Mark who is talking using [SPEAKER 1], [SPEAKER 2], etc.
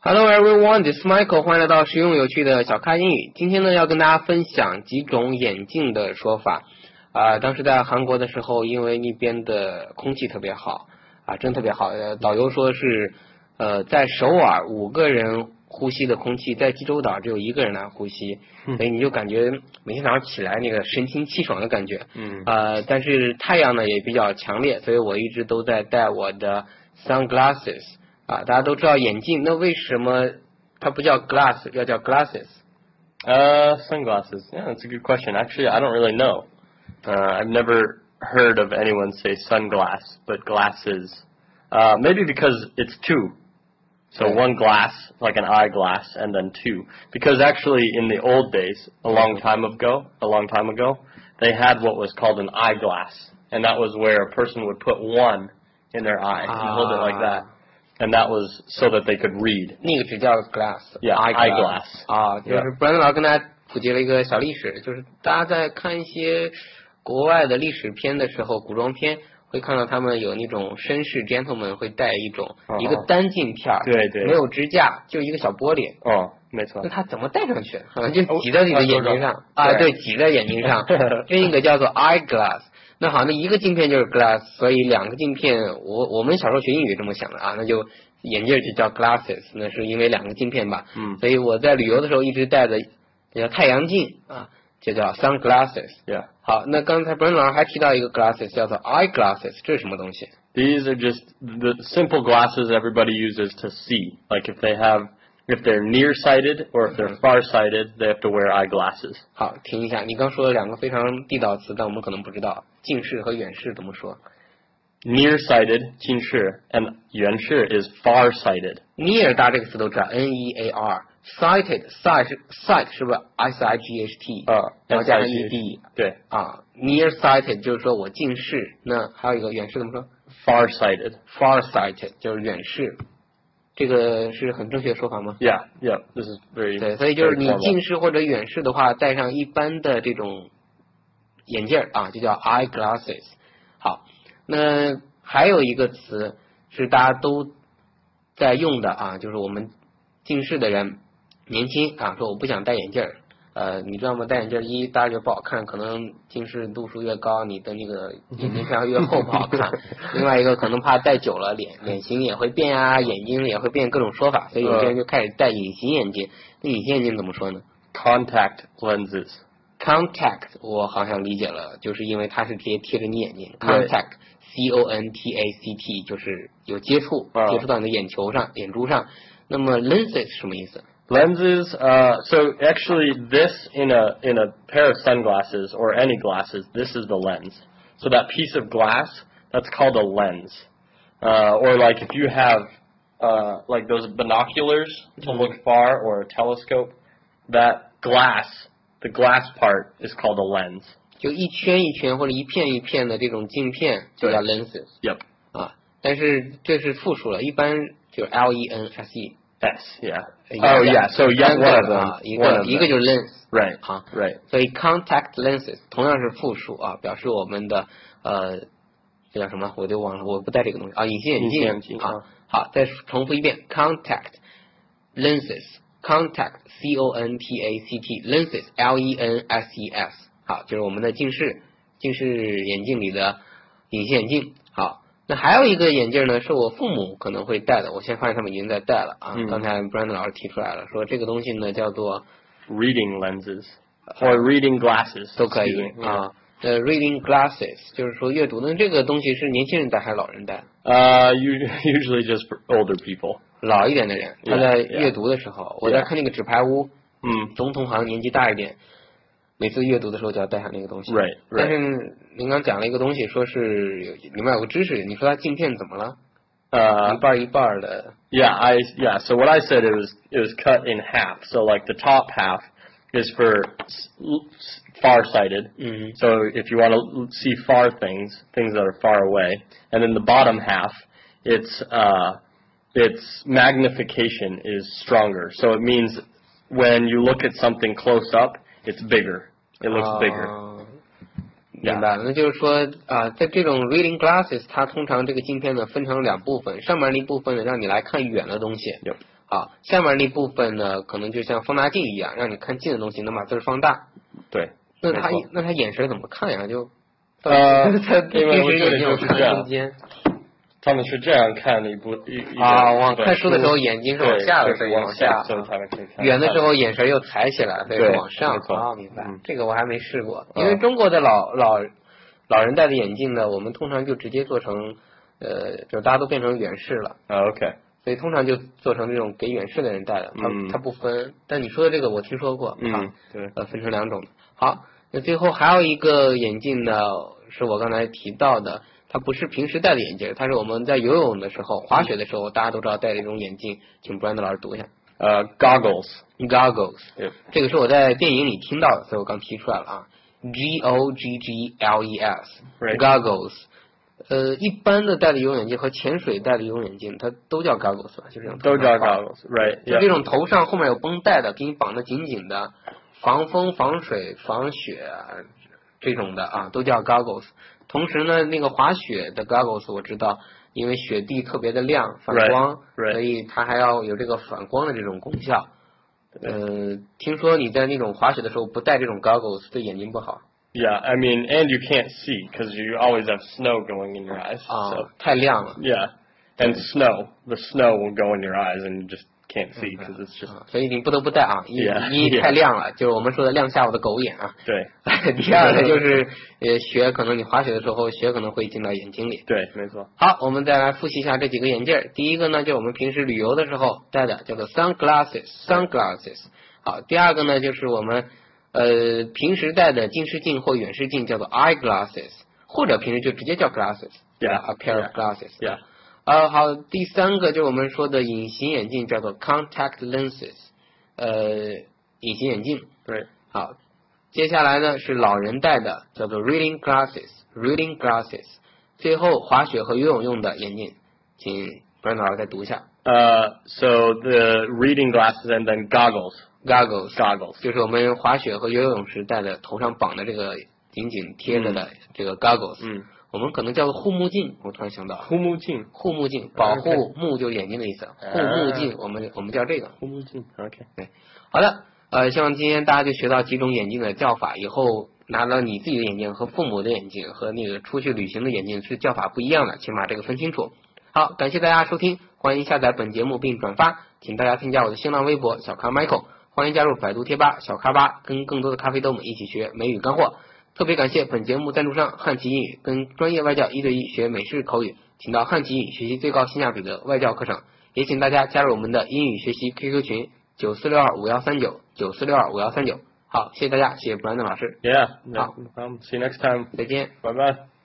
[SPEAKER 1] Hello everyone, this is Michael，欢迎来到实用有趣的小咖英语。今天呢，要跟大家分享几种眼镜的说法。啊、当时在韩国的时候，因为那边的空气特别好，啊，真特别好。呃，导游说是，呃，在首尔五个人呼吸的空气，在济州岛只有一个人来呼吸，所以你就感觉每天早上起来那个神清气爽的感觉。
[SPEAKER 2] 嗯
[SPEAKER 1] 呃，但是太阳呢也比较强烈，所以我一直都在戴我的 sunglasses 啊。大家都知道眼镜，那为什么它不叫 glass，要叫 glasses？
[SPEAKER 2] Uh, sunglasses. Yeah, that's a good question. Actually, I don't really know. Uh, I've never heard of anyone say sunglass, but glasses. Uh, maybe because it's two. So
[SPEAKER 1] Yeah.
[SPEAKER 2] one glass, like an eyeglass, and then two. Because actually, in the old days, a long time ago, a long time ago, they had what was called an eyeglass, and that was where a person would put one in their eye and hold it like that, and that was so that they could read.
[SPEAKER 1] 那个只叫 glass，
[SPEAKER 2] Yeah,
[SPEAKER 1] eye
[SPEAKER 2] eyeglass
[SPEAKER 1] 啊，就是
[SPEAKER 2] Yeah
[SPEAKER 1] 布兰登老师跟大家普及了一个小历史，就是大家在看一些国外的历史片的时候，古装片。会看到他们有那种绅士 gentleman 会戴一种、
[SPEAKER 2] 哦
[SPEAKER 1] 一个单镜片儿
[SPEAKER 2] 对对
[SPEAKER 1] 没有支架，就一个小玻璃，
[SPEAKER 2] Oh, 没错。
[SPEAKER 1] 那它怎么戴上去？好 像就
[SPEAKER 2] 哦
[SPEAKER 1] 挤在你的眼睛上啊，
[SPEAKER 2] 对
[SPEAKER 1] 对，挤在眼睛 上。另一个叫做 eye glass，那好，那一个镜片就是 glass，所以两个镜片，我我们小时候学英语这么想的啊，那就眼镜就叫 glasses，那是因为两个镜片吧。
[SPEAKER 2] 嗯
[SPEAKER 1] 所以我在旅游的时候一直戴的叫太阳镜啊，就叫 sunglasses。
[SPEAKER 2] Yeah.
[SPEAKER 1] 好，那刚才 Brian 老师还提到一个 glasses，叫做 eye glasses，这是什么东西？
[SPEAKER 2] These are just the simple glasses everybody uses to see. Like if they have, if they're nearsighted or if
[SPEAKER 1] Mhm.
[SPEAKER 2] they're farsighted, they have to wear eyeglasses.
[SPEAKER 1] 好，停一下，你刚说了两个非常地道词，但我们可能不知道近视和远视怎么说。
[SPEAKER 2] Nearsighted, 近视, and 远视 is farsighted.
[SPEAKER 1] near 大家这个词都知道，n e a r。sighted sight 是 sight 是不是 s i g h t？
[SPEAKER 2] 啊
[SPEAKER 1] 然后加上 e
[SPEAKER 2] SIGHT
[SPEAKER 1] d
[SPEAKER 2] 对
[SPEAKER 1] 啊。near sighted 就是说我近视，那还有一个远视怎么说
[SPEAKER 2] ，farsighted.
[SPEAKER 1] ？far sighted 就是远视，这个是很正确的说法吗？
[SPEAKER 2] Yeah, yeah. This is very.
[SPEAKER 1] 对，所以就是
[SPEAKER 2] very
[SPEAKER 1] 你
[SPEAKER 2] formal.
[SPEAKER 1] 近视或者远视的话，戴上一般的这种眼镜儿啊，就叫 eye glasses。好，那还有一个词是大家都在用的啊，就是我们近视的人年轻啊，说我不想戴眼镜儿。呃，你知道吗？戴眼镜儿一大家觉得不好看，可能近视度数越高，你的那个眼睛上越厚不好看。另外一个可能怕戴久了脸脸型也会变啊，眼睛也会变，各种说法，所以有些人就开始戴隐形眼镜。那隐形眼镜怎么说呢
[SPEAKER 2] Contact lenses.
[SPEAKER 1] ？Contact，我好像理解了，就是因为它是直接贴着你眼睛。
[SPEAKER 2] 对
[SPEAKER 1] Contact，C O N T A C T，就是有接触，
[SPEAKER 2] 啊
[SPEAKER 1] 接触到你的眼球上、眼珠上。那么 lenses 是什么意思？
[SPEAKER 2] Lenses. Uh, so actually, this in a in a pair of sunglasses or any glasses, this is the lens. So that piece of glass that's called a lens. Uh, or like if you have uh, like those binoculars to look far or a telescope, that glass, the glass part is called a lens.
[SPEAKER 1] 就一圈一圈或者一片一片的这种镜片，就
[SPEAKER 2] 对
[SPEAKER 1] 叫 lenses
[SPEAKER 2] Yep.
[SPEAKER 1] 啊。但是这是复数了，一般就是 L E N S E。
[SPEAKER 2] S. Yeah. Oh yeah. So yeah,
[SPEAKER 1] 单个
[SPEAKER 2] one of
[SPEAKER 1] 的啊，一
[SPEAKER 2] them. One
[SPEAKER 1] 个
[SPEAKER 2] of
[SPEAKER 1] 一个
[SPEAKER 2] them.
[SPEAKER 1] 就是 lens
[SPEAKER 2] Right.
[SPEAKER 1] 啊，
[SPEAKER 2] Right.
[SPEAKER 1] 所以 contact lenses 同样是复数啊，表示我们的呃，这叫什么？我就忘了，我不戴这个东西啊，隐形眼
[SPEAKER 2] 隐
[SPEAKER 1] 镜。
[SPEAKER 2] 形眼镜
[SPEAKER 1] 啊
[SPEAKER 2] 啊。
[SPEAKER 1] 好，再重复一遍，contact lenses contact c o n t a c t lenses l e n s e s 好，就是我们的近视近视眼镜里的隐形眼镜。好，那还有一个眼镜呢，是我父母可能会戴的，我现在发现他们已经在戴了啊。
[SPEAKER 2] 嗯
[SPEAKER 1] 刚才 Brandon 老师提出来了，说这个东西呢叫做
[SPEAKER 2] Reading lenses or reading glasses
[SPEAKER 1] 都可以
[SPEAKER 2] excuse me.
[SPEAKER 1] 啊。呃，reading glasses 就是说阅读，那这个东西是年轻人戴还是老人戴？
[SPEAKER 2] Uh, u- usually just for older people.
[SPEAKER 1] 老一点的人，他
[SPEAKER 2] Yeah,
[SPEAKER 1] 在
[SPEAKER 2] yeah.
[SPEAKER 1] 阅读的时候，我在
[SPEAKER 2] Yeah.
[SPEAKER 1] 看那个《纸牌屋》，
[SPEAKER 2] Mm.
[SPEAKER 1] 总统好像年纪大一点，每次阅读的时候就要带上那个东西。
[SPEAKER 2] Right,
[SPEAKER 1] 但
[SPEAKER 2] right.
[SPEAKER 1] 是您刚讲了一个东西，说是有里面有个知识，你说它镜片怎么了？
[SPEAKER 2] Uh,
[SPEAKER 1] 一半儿一半儿的
[SPEAKER 2] yeah, I yeah. So what I said it was it was cut in half. So like the top half is for s- l- s- farsighted.
[SPEAKER 1] 嗯
[SPEAKER 2] So if you want to see far things, things that are far away, and then the bottom half, it's uh, its magnification is stronger. So it means
[SPEAKER 1] Ah.
[SPEAKER 2] when you look at something close up, it's bigger. It looks bigger.
[SPEAKER 1] 啊明白了，那就是说啊、在这种 reading glasses，它通常这个镜片呢分成两部分，上面那部分呢让你来看远的东西
[SPEAKER 2] Yep.
[SPEAKER 1] 啊，下面那部分呢可能就像放大镜一样，让你看近的东西，能把字儿放大。
[SPEAKER 2] 对，
[SPEAKER 1] 那他
[SPEAKER 2] 没错
[SPEAKER 1] 那他眼神怎么看呀？就
[SPEAKER 2] 呃
[SPEAKER 1] 他
[SPEAKER 2] 因为我
[SPEAKER 1] 平时
[SPEAKER 2] 觉得
[SPEAKER 1] 眼睛有
[SPEAKER 2] 就是
[SPEAKER 1] 看
[SPEAKER 2] 这样
[SPEAKER 1] 空间
[SPEAKER 2] 他们是这样看一部一一
[SPEAKER 1] 啊，
[SPEAKER 2] 本
[SPEAKER 1] 往
[SPEAKER 2] 本
[SPEAKER 1] 看书的时候
[SPEAKER 2] 对
[SPEAKER 1] 眼睛是往下的，
[SPEAKER 2] 对
[SPEAKER 1] 所以
[SPEAKER 2] 往
[SPEAKER 1] 下。
[SPEAKER 2] 所以他们可以看
[SPEAKER 1] 远的时候眼神又抬起来，所以是
[SPEAKER 2] 对
[SPEAKER 1] 往上
[SPEAKER 2] 没错
[SPEAKER 1] 啊，明白
[SPEAKER 2] 嗯？
[SPEAKER 1] 这个我还没试过，
[SPEAKER 2] 嗯
[SPEAKER 1] 因为中国的老老老人戴的眼镜呢，我们通常就直接做成呃，就大家都变成远视了，
[SPEAKER 2] 啊，OK，
[SPEAKER 1] 所以通常就做成这种给远视的人戴的，它
[SPEAKER 2] 嗯
[SPEAKER 1] 它不分。但你说的这个我听说过，啊
[SPEAKER 2] 嗯，，对，
[SPEAKER 1] 呃，分成两种的。好，那最后还有一个眼镜呢，是我刚才提到的，它不是平时戴的眼镜，它是我们在游泳的时候、滑雪的时候，大家都知道戴的一种眼镜，请 Brand 老师读一下
[SPEAKER 2] 呃，goggles，
[SPEAKER 1] ，goggles。
[SPEAKER 2] 对
[SPEAKER 1] 这个是我在电影里听到的，所以我刚提出来了啊。G O G G L E S
[SPEAKER 2] Right
[SPEAKER 1] goggles，呃，一般的戴的游泳眼镜和潜水戴的游泳眼镜，它都叫 goggles 吧？就这种
[SPEAKER 2] 都叫
[SPEAKER 1] 头上
[SPEAKER 2] goggles，right？
[SPEAKER 1] 就这种头上后面有绷带的，给你绑得紧紧的，防风、防水、防雪啊这种的啊，都叫 goggles。同时呢，那个滑雪的 goggles 我知道，因为雪地特别的亮，反
[SPEAKER 2] Right,
[SPEAKER 1] 光
[SPEAKER 2] right.
[SPEAKER 1] 所以它还要有这个反光的这种功效。呃，听说你在那种滑雪的时候不戴这种 goggles 对眼睛不好
[SPEAKER 2] Yeah, I mean, and you can't see because you always have snow going in your eyes.
[SPEAKER 1] 啊
[SPEAKER 2] So
[SPEAKER 1] 太亮了。
[SPEAKER 2] yeah, and snow, the snow will go in your eyes, and you just can't see because it's just
[SPEAKER 1] 啊所以你不得不戴啊，一
[SPEAKER 2] Yeah,
[SPEAKER 1] 一太亮了，就是我们说的亮瞎我的狗眼啊。
[SPEAKER 2] 对
[SPEAKER 1] 第二个就是，呃，雪可能你滑雪的时候，雪可能会进到眼睛里。
[SPEAKER 2] 对，没错。
[SPEAKER 1] 好，我们再来复习一下这几个眼镜儿。第一个呢，就是我们平时旅游的时候戴的，叫做 sunglasses，sunglasses。好，第二个呢，就是我们呃平时戴的近视镜或远视镜，叫做 eyeglasses，或者平时就直接叫 glasses，对吧
[SPEAKER 2] Yeah,
[SPEAKER 1] a pair of
[SPEAKER 2] yeah,
[SPEAKER 1] glasses。
[SPEAKER 2] Yeah,
[SPEAKER 1] 呃，好，第三个就是我们说的隐形眼镜，叫做 contact lenses，呃，隐形眼镜。
[SPEAKER 2] right.
[SPEAKER 1] 好，接下来呢是老人戴的，叫做 reading glasses，reading glasses。最后，滑雪和游泳用的眼镜，请 Brandon 老师再读一下
[SPEAKER 2] Uh, so the reading glasses and then goggles,
[SPEAKER 1] goggles，
[SPEAKER 2] goggles.
[SPEAKER 1] 就是我们滑雪和游泳时戴的头上绑的这个紧紧贴着的这个 goggles，、
[SPEAKER 2] 嗯，
[SPEAKER 1] 我们可能叫做护目镜。我突然想到，
[SPEAKER 2] 护目镜，
[SPEAKER 1] 护目镜保护目就是眼睛的意思，护目镜我们我们叫这个。
[SPEAKER 2] 护目镜，OK，
[SPEAKER 1] 好的，呃，希望今天大家就学到几种眼镜的叫法，以后拿到你自己的眼镜和父母的眼镜和那个出去旅行的眼镜是叫法不一样的，请把这个分清楚。好，感谢大家收听，欢迎下载本节目并转发，请大家添加我的新浪微博小咖 Michael，欢迎加入百度贴吧小咖吧，跟更多的咖啡豆们一起学美语干货。特别感谢本节目赞助商汉奇英语，跟专业外教一对一学美式口语，请到汉奇英语学习最高性价比的外教课程。也请大家加入我们的英语学习 QQ 群九四六二五幺三九九四六二五幺三九。好，谢谢大家，谢谢 Brandon 老师，
[SPEAKER 2] Yeah, no,
[SPEAKER 1] Ah.
[SPEAKER 2] no problem. See you next time.
[SPEAKER 1] 再见。
[SPEAKER 2] Bye bye.